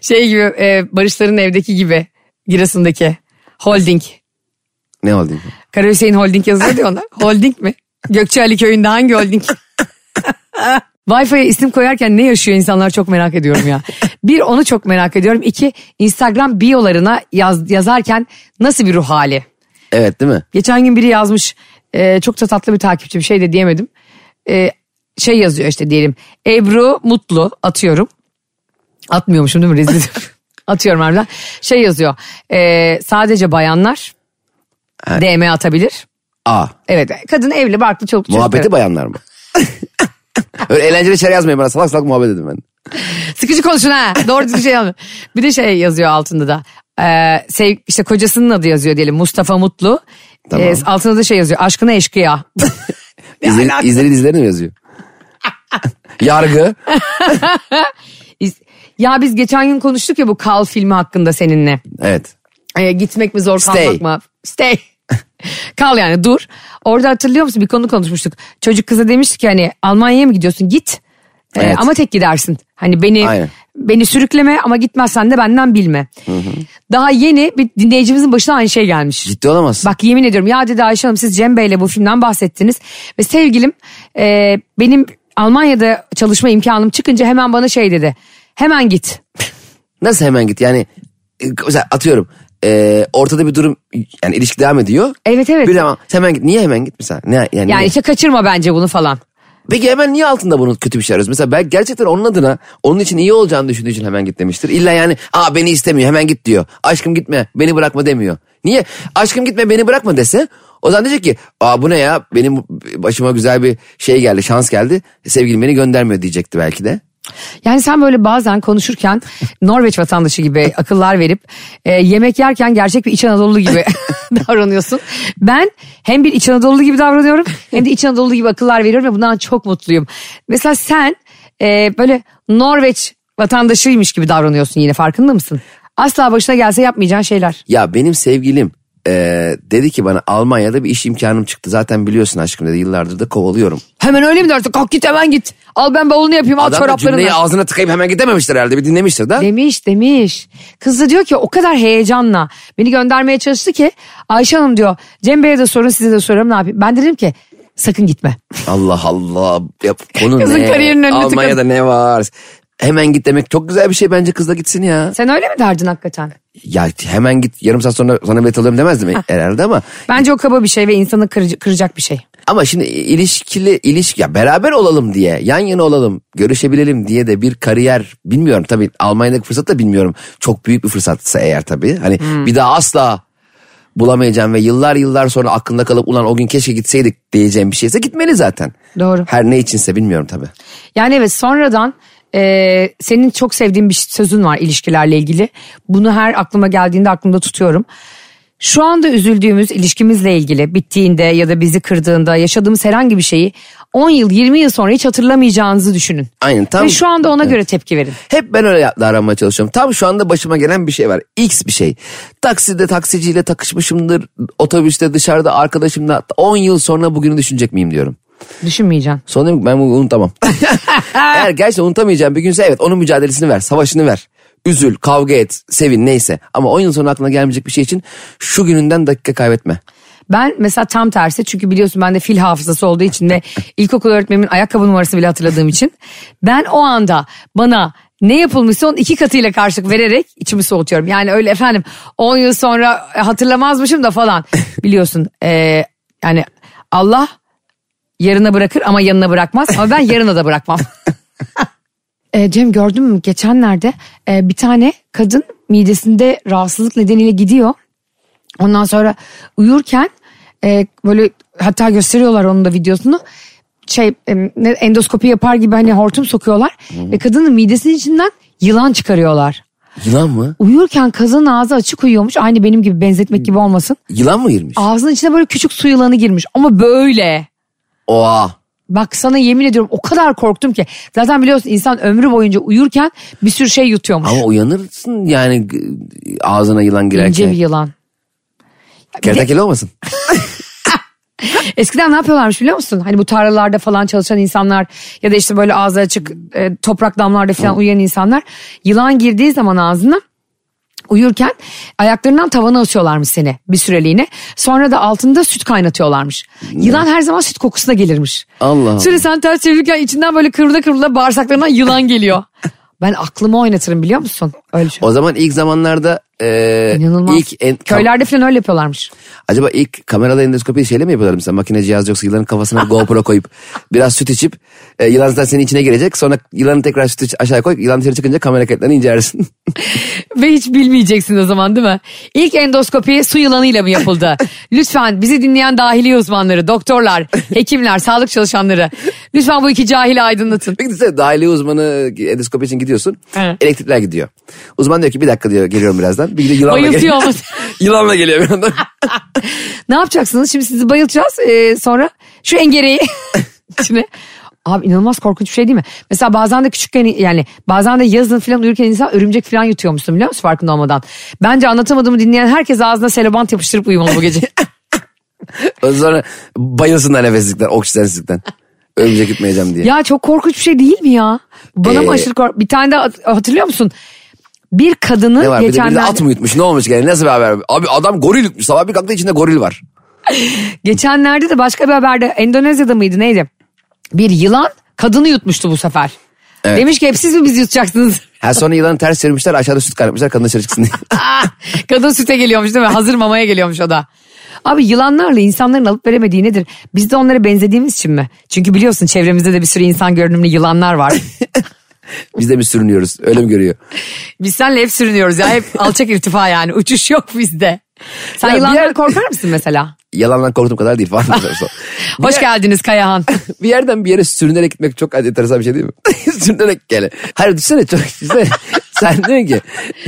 Şey gibi e, Barışların evdeki gibi. Giresun'daki. Holding. Ne oldu? Karahüseyin Holding yazıyor diyor ona. Holding mi? Gökçeali köyünde hangi holding? Wi-Fi'ye isim koyarken ne yaşıyor insanlar çok merak ediyorum ya. Bir onu çok merak ediyorum. İki Instagram biyolarına yaz, yazarken nasıl bir ruh hali? Evet değil mi? Geçen gün biri yazmış e, çok da tatlı bir takipçi bir şey de diyemedim. E, şey yazıyor işte diyelim Ebru Mutlu atıyorum. Atmıyormuşum değil mi rezil? Atıyorum harbiden. Şey yazıyor e, sadece bayanlar DM atabilir. A. Evet kadın evli barklı çoluk çocuk. Muhabbeti bayanlar mı? Öyle eğlenceli şeyler yazmayın bana salak salak muhabbet edin ben. Sıkıcı konuşun ha. Doğru düzgün şey yapın. Bir de şey yazıyor altında da. Ee, sev, işte kocasının adı yazıyor diyelim Mustafa Mutlu. Tamam. Ee, altında da şey yazıyor aşkına eşkıya. İzleri, alaka? izleri dizilerini mi yazıyor? Yargı. İz- ya biz geçen gün konuştuk ya bu Kal filmi hakkında seninle. Evet. Ee, gitmek mi zor Stay. kalmak mı? Stay. Kal yani dur. Orada hatırlıyor musun bir konu konuşmuştuk. Çocuk kıza demiştik ki hani Almanya'ya mı gidiyorsun git. Ee, Evet. Ama tek gidersin. Hani beni Aynen. beni sürükleme ama gitmezsen de benden bilme. Daha yeni bir dinleyicimizin başına aynı şey gelmiş. Ciddi olamazsın. Bak yemin ediyorum ya dedi Ayşe Hanım siz Cem Bey'le bu filmden bahsettiniz. Ve sevgilim e, benim Almanya'da çalışma imkanım çıkınca hemen bana şey dedi. Hemen git. Nasıl hemen git yani e, mesela atıyorum e, ortada bir durum yani ilişki devam ediyor. Evet, evet. Bir zaman hemen git. Niye hemen git mesela? Ne, yani, Yani niye? işte kaçırma bence bunu falan. Peki hemen niye altında bunun kötü bir şey arıyoruz? Mesela belki gerçekten onun adına onun için iyi olacağını düşündüğü için hemen git demiştir. İlla yani aa beni istemiyor hemen git diyor. Aşkım gitme beni bırakma demiyor. Niye? Aşkım gitme beni bırakma dese o zaman diyecek ki aa bu ne ya benim başıma güzel bir şey geldi şans geldi. Sevgilim beni göndermiyor diyecekti belki de. Yani sen böyle bazen konuşurken Norveç vatandaşı gibi akıllar verip e, yemek yerken gerçek bir İç Anadolu gibi davranıyorsun. Ben hem bir İç Anadolu gibi davranıyorum hem de İç Anadolu gibi akıllar veriyorum ve bundan çok mutluyum. Mesela sen e, böyle Norveç vatandaşıymış gibi davranıyorsun yine farkında mısın? Asla başına gelse yapmayacağın şeyler. Ya benim sevgilim eee, dedi ki bana Almanya'da bir iş imkanım çıktı zaten biliyorsun aşkım dedi yıllardır da kovalıyorum. Hemen öyle mi dersin? Kalk git hemen git. Al ben bavulunu yapayım al Adam da çoraplarını. cümleyi ağzına tıkayıp hemen gidememiştir herhalde bir dinlemiştir da. Demiş demiş. Kız da diyor ki o kadar heyecanla beni göndermeye çalıştı ki Ayşe Hanım diyor Cem Bey'e de sorun size de sorarım ne yapayım. Ben de dedim ki sakın gitme. Allah Allah. Ya, konu Kızın ne? kariyerinin önüne Almanya'da ne var? Hemen git demek çok güzel bir şey bence kız da gitsin ya. Sen öyle mi derdin hakikaten? Ya hemen git yarım saat sonra sana bilet alıyorum demezdim herhalde ama Bence o kaba bir şey ve insanı kırıcı- kıracak bir şey. Ama şimdi ilişkili ilişki ya beraber olalım diye yan yana olalım görüşebilelim diye de bir kariyer bilmiyorum tabii Almanya'daki fırsat da bilmiyorum çok büyük bir fırsatsa eğer tabii hani Hmm. bir daha asla bulamayacağım ve yıllar yıllar sonra aklında kalıp ulan o gün keşke gitseydik diyeceğim bir şeyse gitmeli zaten. Doğru. Her ne içinse bilmiyorum tabii. Yani evet sonradan e, senin çok sevdiğin bir sözün var ilişkilerle ilgili. Bunu her aklıma geldiğinde aklımda tutuyorum. Şu anda üzüldüğümüz ilişkimizle ilgili bittiğinde ya da bizi kırdığında yaşadığımız herhangi bir şeyi 10 yıl 20 yıl sonra hiç hatırlamayacağınızı düşünün. Aynen, tam- Ve şu anda ona Evet. göre tepki verin. Hep ben öyle ya- davranmaya çalışıyorum. Tam şu anda başıma gelen bir şey var. X bir şey. Takside taksiciyle takışmışımdır. Otobüste dışarıda arkadaşımla 10 yıl sonra bugünü düşünecek miyim diyorum. Düşünmeyeceksin. Sonra diyorum ki ben bunu unutamam. Eğer gerçekten unutamayacağım bir günse evet onun mücadelesini ver. Savaşını ver. Üzül, kavga et, sevin neyse. Ama 10 yıl sonra aklına gelmeyecek bir şey için şu gününden dakika kaybetme. Ben mesela tam tersi çünkü biliyorsun bende fil hafızası olduğu için ve ilkokul öğretmenimin ayakkabı numarasını bile hatırladığım için ben o anda bana ne yapılmışsa onun iki katıyla karşılık vererek içimi soğutuyorum. Yani öyle efendim 10 yıl sonra e, hatırlamazmışım da falan biliyorsun eee, yani Allah yarına bırakır ama yanına bırakmaz ama ben yarına da bırakmam. E, Cem gördün mü geçenlerde e, bir tane kadın midesinde rahatsızlık nedeniyle gidiyor. Ondan sonra uyurken e, böyle hatta gösteriyorlar onun da videosunu. Şey em, ne- endoskopi yapar gibi hani hortum sokuyorlar ve kadının midesinin içinden yılan çıkarıyorlar. Yılan mı? Uyurken kazın ağzı açık uyuyormuş. Aynı benim gibi benzetmek gibi olmasın. Yılan mı girmiş? Ağzının içine böyle küçük su yılanı girmiş ama böyle. Oha. Bak sana yemin ediyorum o kadar korktum ki. Zaten biliyorsun insan ömrü boyunca uyurken bir sürü şey yutuyormuş. Ama uyanırsın yani g- ağzına yılan İnce bir girerken. yılan. Kertekeli olmasın? Eskiden ne yapıyorlarmış biliyor musun? Hani bu tarlalarda falan çalışan insanlar ya da işte böyle ağzı açık e, toprak damlarda falan uyuyan insanlar yılan girdiği zaman ağzına uyurken ayaklarından tavana asıyorlarmış seni bir süreliğine. Sonra da altında süt kaynatıyorlarmış. Yılan her zaman süt kokusuna gelirmiş. Allah Allah. Sürekli sen ters çevirirken içinden böyle kıvrıla kıvrıla bağırsaklarından yılan geliyor. ben aklımı oynatırım biliyor musun? Öyle şey. O zaman ilk zamanlarda e, İnanılmaz. ilk en, kam- Köylerde falan öyle yapıyorlarmış. acaba ilk kameralı endoskopiyi şeyle mi yapıyorlar mesela makine cihaz yoksa yılanın kafasına bir GoPro koyup biraz süt içip e, yılan zaten senin içine girecek sonra yılanı tekrar sütü iç- aşağı koy yılan dışarı çıkınca kamera kayıtlarını incelersin. Ve hiç bilmeyeceksin o zaman değil mi? İlk endoskopi su yılanıyla mı yapıldı? lütfen bizi dinleyen dahili uzmanları, doktorlar, hekimler, sağlık çalışanları. Lütfen bu iki cahili aydınlatın. Peki sen dahiliye uzmanı e, endoskopi için gidiyorsun Evet. elektrikler gidiyor. Uzman diyor ki bir dakika diyor geliyorum birazdan bir de yılanla Bayıltıyor geliyor. ama. yılanla geliyor bir anda. ne yapacaksınız? Şimdi sizi bayılacağız. Ee, sonra şu engereyi. Şimdi Abi inanılmaz korkunç bir şey değil mi? Mesela bazen de küçükken yani bazen de yazın falan uyurken insan örümcek falan yutuyormuşsun biliyor musun farkında olmadan. Bence anlatamadığımı dinleyen herkes ağzına selobant yapıştırıp uyumalı bu gece. Ondan sonra bayılsınlar nefessizlikten oksijensizlikten. Örümcek gitmeyeceğim diye. Ya çok korkunç bir şey değil mi ya? Bana mı Ee, aşırı kork... Bir tane de hat- hatırlıyor musun? Bir kadını Ne var bir de, bir de geçenlerde, at mı yutmuş ne olmuş yani nasıl bir haber? Abi adam goril yutmuş sabah bir kalktı içinde goril var. geçenlerde de başka bir haberde Endonezya'da mıydı neydi? Bir yılan kadını yutmuştu bu sefer. Demiş ki hep siz mi bizi yutacaksınız? Ha sonra yılanı ters çevirmişler aşağıda süt kaynatmışlar kadın dışarı çıksın diye. Ah! Kadın süte geliyormuş değil mi? Hazır mamaya geliyormuş o da. Abi yılanlarla insanların alıp veremediği nedir? Biz de onlara benzediğimiz için mi? Çünkü biliyorsun çevremizde de bir sürü insan görünümlü yılanlar var. Biz de mi sürünüyoruz öyle mi görüyor? Biz senle hep sürünüyoruz ya. Hep alçak irtifa yani. Uçuş yok bizde. Sen Ya bir yılanlara yer- korkar mısın mesela? Yalandan korktuğum kadar değil falan. Hoş geldiniz Kayahan. bir yerden bir yere sürünerek gitmek çok enteresan bir şey değil mi? sürünerek yani. Hayır düşünsene çok düşünsene. Sen diyorsun ki.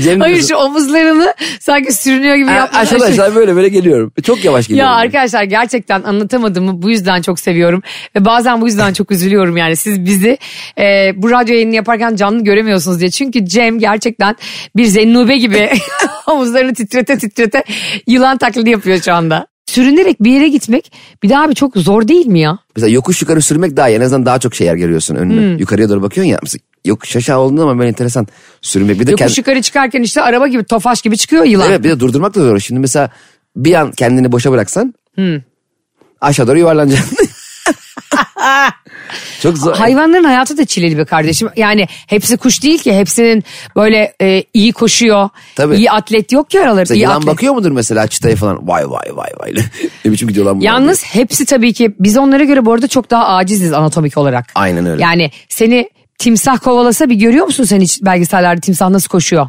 Cem Hayır diyorsun, şu omuzlarını sanki sürünüyor gibi "Ha, yapmış. Aşağıdan aşağı böyle böyle geliyorum. Çok yavaş Ya geliyorum. arkadaşlar gerçekten anlatamadığımı bu yüzden çok seviyorum. Ve bazen bu yüzden çok üzülüyorum yani. Siz bizi e, bu radyo yayını yaparken canlı göremiyorsunuz diye. Çünkü Cem gerçekten bir zennube gibi omuzlarını titrete titrete yılan taklidi yapıyor şu anda. Sürünerek bir yere gitmek bir daha abi çok zor değil mi ya? Mesela yokuş yukarı sürmek daha iyi. En azından daha çok şey yer görüyorsun önüne. Hmm. Yukarıya doğru bakıyorsun ya. Mesela yokuş aşağı olduğunda ama böyle enteresan sürünmek. Bir de Yokuş kend- yukarı çıkarken işte araba gibi tofaş gibi çıkıyor yılan. Evet bir de durdurmak da zor. Şimdi mesela Hmm. bir an kendini boşa bıraksan aşağı doğru yuvarlanacaksın. Çok zor. Hayvanların hayatı da çileli be kardeşim. Yani hepsi kuş değil ki. Hepsinin böyle e, iyi koşuyor. Tabii. İyi atlet yok ki aralarında. Mesela iyi yılan atlet. bakıyor mudur mesela çıtaya falan? Vay vay vay vay. ne biçim gidiyor lan bunlar diye. Yalnız hepsi tabii ki biz onlara göre bu arada çok daha aciziz anatomik olarak. Aynen öyle. Yani seni timsah kovalasa bir görüyor musun sen hiç belgesellerde timsah nasıl koşuyor?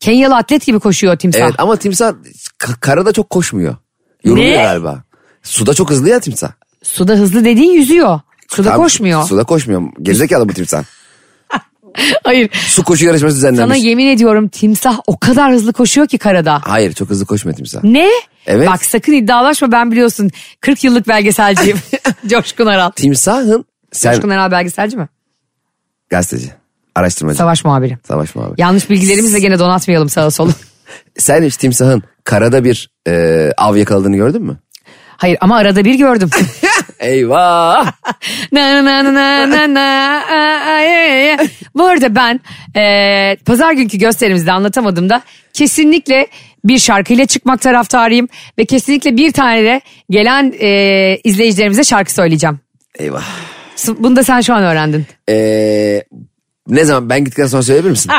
Kenyalı atlet gibi koşuyor timsah. Evet ama timsah ka- karada çok koşmuyor. Yoruluyor Ne? galiba. Suda çok hızlı ya timsah. Suda hızlı dediğin yüzüyor. Suda Tam- koşmuyor. Suda koşmuyor. Gerizekalı bu timsah. Hayır. Su koşu yarışması Sana düzenlenmiş. yemin ediyorum timsah o kadar hızlı koşuyor ki karada. Hayır çok hızlı koşmuyor timsah. Ne? Evet. Bak sakın iddialaşma ben biliyorsun 40 yıllık belgeselciyim. Coşkun Aral. Timsahın sen Coşkun Aral belgeselci mi? gazeteci, araştırmacı, savaş, Savaş muhabiri. muhabiri. Yanlış bilgilerimizle gene donatmayalım sağa sola. Sen hiç timsahın karada bir e, av yakaladığını gördün mü? Hayır ama arada bir gördüm. Eyvah! na na na na na na a- a- e- e. Bu arada ben e, pazar günkü gösterimizde anlatamadığımda kesinlikle bir şarkıyla çıkmak taraftarıyım ve kesinlikle bir tane de gelen e, izleyicilerimize şarkı söyleyeceğim. Eyvah. S- Bunu da sen şu an öğrendin. E, ne zaman ben gittikten sonra söyleyebilir misin?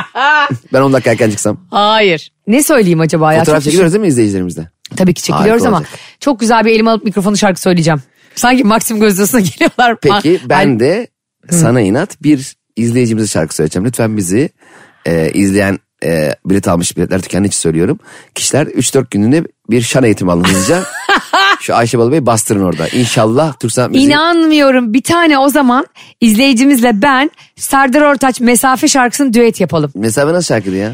ben 10 dakika erken çıksam. Hayır. Ne söyleyeyim acaba ya? Fotoğraf Çok düşün- çekiliyoruz değil mi izleyicilerimizle? Tabii ki çekiliyoruz Harika ama olacak. çok güzel bir elime alıp mikrofonu şarkı söyleyeceğim. Sanki Maxim Gözdası'na geliyorlar. Peki Ha- ben de sana inat bir izleyicimize şarkı söyleyeceğim. Lütfen bizi e, izleyen e, bilet almış biletler tükendi için söylüyorum. Kişiler 3-4 günlüğüne bir şan eğitimi alın hızlıca. Şu Ayşe Balıbey'i bastırın orada. İnşallah Türk Sanat Müziği. İnanmıyorum. Bir tane o zaman izleyicimizle ben Serdar Ortaç mesafe şarkısını düet yapalım. Mesafe nasıl şarkıydı ya?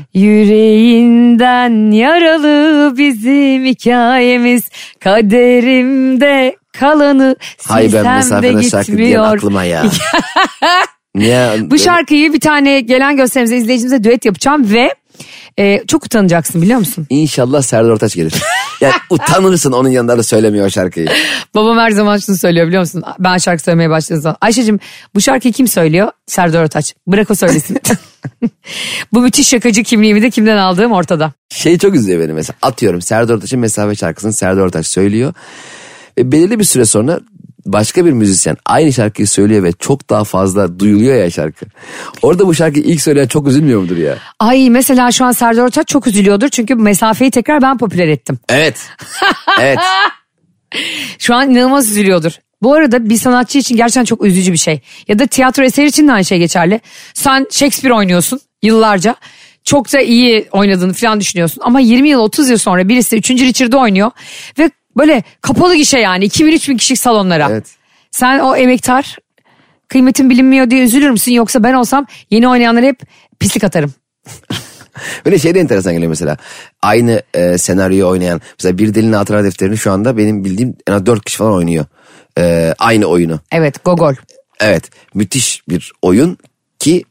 Yüreğinden yaralı bizim hikayemiz kaderimde kalanı Hay ben silsem de mesafeden şarkı diyen gitmiyor. aklıma ya. Niye? Bu şarkıyı bir tane gelen gösterimize izleyicimize düet yapacağım ve e, çok utanacaksın biliyor musun? İnşallah Serdar Ortaç gelir. Yani utanırsın onun yanında da söylemiyor o şarkıyı. Babam her zaman şunu söylüyor biliyor musun? Ben şarkı söylemeye başladığım zaman. Ayşe'cim bu şarkıyı kim söylüyor? Serdar Ortaç. Bırak o söylesin. bu müthiş şakacı kimliğimi de kimden aldığım ortada. Şey çok üzüyor beni mesela. Atıyorum Serdar Ortaç'ın mesafe şarkısını Serdar Ortaç söylüyor. Ve belirli bir süre sonra başka bir müzisyen aynı şarkıyı söylüyor ve çok daha fazla duyuluyor ya şarkı. Orada bu şarkıyı ilk söyleyen çok üzülmüyor mudur ya? Ay mesela şu an Serdar Ortaç çok üzülüyordur. Çünkü mesafeyi tekrar ben popüler ettim. Evet. evet. Şu an inanılmaz üzülüyordur. Bu arada bir sanatçı için gerçekten çok üzücü bir şey. Ya da tiyatro eseri için de aynı şey geçerli. Sen Shakespeare oynuyorsun yıllarca. Çok da iyi oynadığını falan düşünüyorsun. Ama 20 yıl 30 yıl sonra birisi 3. Richard'ı oynuyor. Ve böyle kapalı gişe yani 2000-3000 kişilik salonlara. Evet. Sen o emektar kıymetin bilinmiyor diye üzülür müsün? Yoksa ben olsam yeni oynayanlara hep pislik atarım. Böyle şey de enteresan geliyor mesela. Aynı e, senaryoyu oynayan. Mesela bir delinin hatıra defterini şu anda benim bildiğim en az dört kişi falan oynuyor. E, aynı oyunu. Evet gogol. Evet müthiş bir oyun ki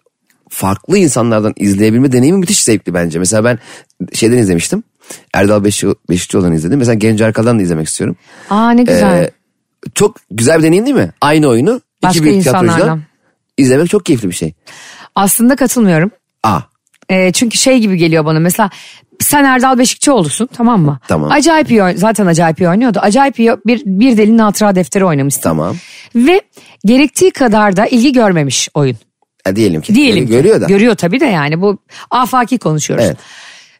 farklı insanlardan izleyebilme deneyimi müthiş zevkli bence. Mesela ben şeyden izlemiştim. Erdal Beşi- Beşikçioğlu'ndan izledim. Mesela Genco Arkadan da izlemek istiyorum. Aa ne güzel. Ee, çok güzel bir deneyim değil mi? Aynı oyunu Başka iki büyük insanlarla. tiyatrocudan izlemek çok keyifli bir şey. Ah, Aslında katılmıyorum. Aa E, çünkü şey gibi geliyor bana mesela sen Erdal Beşikçioğlu'sun tamam mı? Tamam. Acayip iyi oyn- zaten acayip iyi oynuyordu. Acayip iyi bir, bir delinin hatıra defteri oynamışsın. Tamam. Ve gerektiği kadar da ilgi görmemiş oyun. e, diyelim ki. Diyelim ki. Görüyor da. Görüyor tabii de yani bu afaki konuşuyoruz. Evet.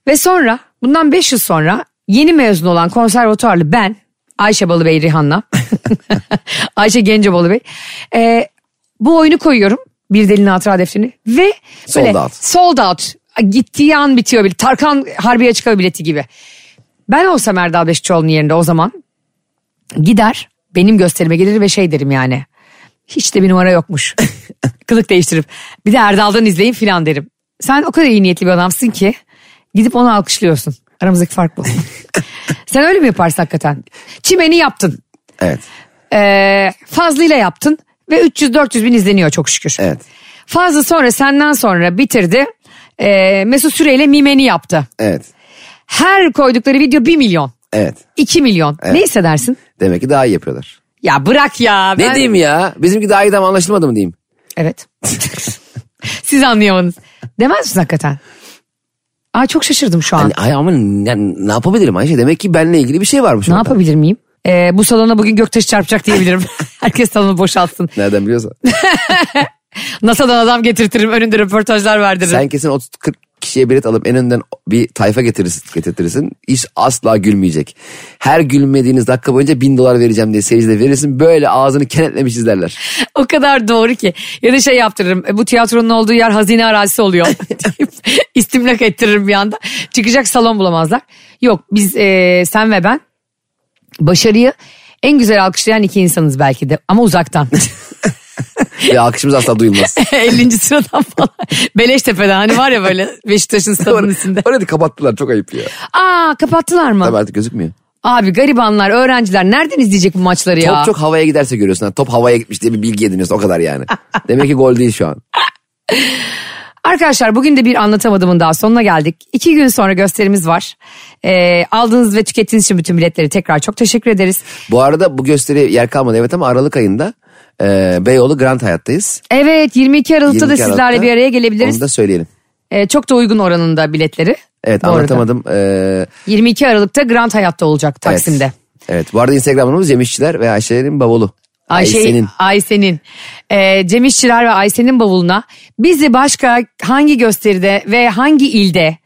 Ve sonra bundan 5 yıl sonra yeni mezun olan konservatuarlı ben Ayşe Balıbey Rihanna. Ayşe Gence Balıbey. Ee, bu oyunu koyuyorum bir delinin hatıra defterini ve böyle Sold out. sold out. Gittiği an bitiyor bile. Tarkan Harbiye çıkıyor bileti gibi. Ben olsam Erdal Beşikçioğlu'nun yerinde o zaman gider benim gösterime gelir ve şey derim yani. Hiç de bir numara yokmuş. Kılık değiştirip bir de Erdal'dan izleyin filan derim. Sen o kadar iyi niyetli bir adamsın ki gidip onu alkışlıyorsun. Aramızdaki fark bu. Sen öyle mi yaparsın hakikaten? Çimeni yaptın. Evet. Ee, fazlıyla yaptın ve 300-400 bin izleniyor çok şükür. Evet. Fazla sonra senden sonra bitirdi. Ee, Mesut Süreyle Mimeni yaptı. Evet. Her koydukları video 1 milyon, Evet. 2 milyon. Ne hissedersin? Demek ki daha iyi yapıyorlar. Ya bırak ya. Ne ben- diyeyim ya? Bizimki daha iyi tam anlaşılmadı mı diyeyim? Evet. Siz anlayamadınız. Demez misin hakikaten? Aa çok şaşırdım şu an. Hani, ay ama ne, ne yapabilirim Ayşe? Demek ki benimle ilgili bir şey varmış ne orada. yapabilir miyim? e, bu salona bugün göktaşı çarpacak diyebilirim. Herkes salonu boşaltsın. Nereden biliyorsan. NASA'dan adam getirtirim önünde röportajlar verdiririm. Sen kesin 30-40 kişiye bilet alıp en önden bir tayfa getirirsin, getirtirsin. İş asla gülmeyecek. Her gülmediğiniz dakika boyunca bin dolar vereceğim diye seyircide verirsin. Böyle ağzını kenetlemişiz derler. O kadar doğru ki. Ya da şey yaptırırım. "E, Bu tiyatronun olduğu yer hazine arazisi oluyor. deyip İstimlak ettiririm bir anda. Çıkacak salon bulamazlar. Yok biz e, sen ve ben başarıyı en güzel alkışlayan iki insanız belki de ama uzaktan. Ve alkışımız asla duyulmaz. 50. sıradan falan. Beleştepe'den hani var ya böyle Beşiktaş'ın stadının üstünde. Orada kapattılar çok ayıp ya. Aa kapattılar mı? Tabii artık gözükmüyor. Abi garibanlar, öğrenciler nereden izleyecek bu maçları ya? Top çok havaya giderse görüyorsun. Ha, top havaya gitmiş diye bir bilgi ediniyorsun o kadar yani. Demek ki gol değil şu an. Arkadaşlar bugün de bir anlatamadığımın daha sonuna geldik. İki gün sonra gösterimiz var. Ee, aldığınız ve tükettiğiniz için bütün biletleri tekrar çok teşekkür ederiz. Bu arada bu gösteri yer kalmadı evet ama Aralık ayında e, Beyoğlu Grand Hayat'tayız. Evet 22 Aralık'ta 22 da sizlerle Aralık'ta. bir araya gelebiliriz. Onu da söyleyelim. Ee, çok da uygun oranında biletleri. Evet Bu arada. anlatamadım. E, 22 Aralık'ta Grand Hayat'ta olacak Taksim'de. Evet. Evet. Bu arada Instagram'ımız Yemişçiler ve Ayşe'nin bavulu. Ayşe, Ayşe'nin. Ayşe'nin. Ee, Cem İşçiler ve Ayşe'nin bavuluna bizi başka hangi gösteride ve hangi ilde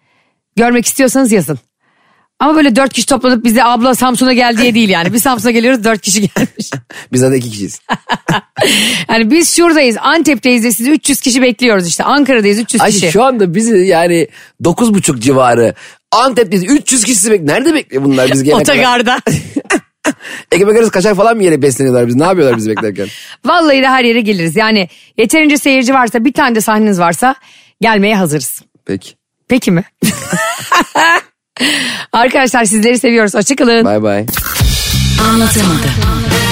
görmek istiyorsanız yazın. Ama böyle dört kişi toplanıp bize abla Samsun'a gel diye değil yani. Biz Samsun'a geliyoruz dört kişi gelmiş. Biz zaten iki kişiyiz. Yani biz şuradayız Antep'teyiz de sizi 300 kişi bekliyoruz işte. Ankara'dayız 300 Ayşe kişi. şu anda bizi yani dokuz buçuk civarı Antep'te 300 kişisi bek Nerede bekliyor bunlar biz gelene kadar? Otogarda. Ekmek arası kaşar falan mı yere besleniyorlar biz? Ne yapıyorlar biz beklerken? Vallahi de her yere geliriz. Yani yeterince seyirci varsa bir tane de sahneniz varsa gelmeye hazırız. Peki. Peki mi? Arkadaşlar sizleri seviyoruz. Hoşçakalın. Bay bay. Anlatamadım.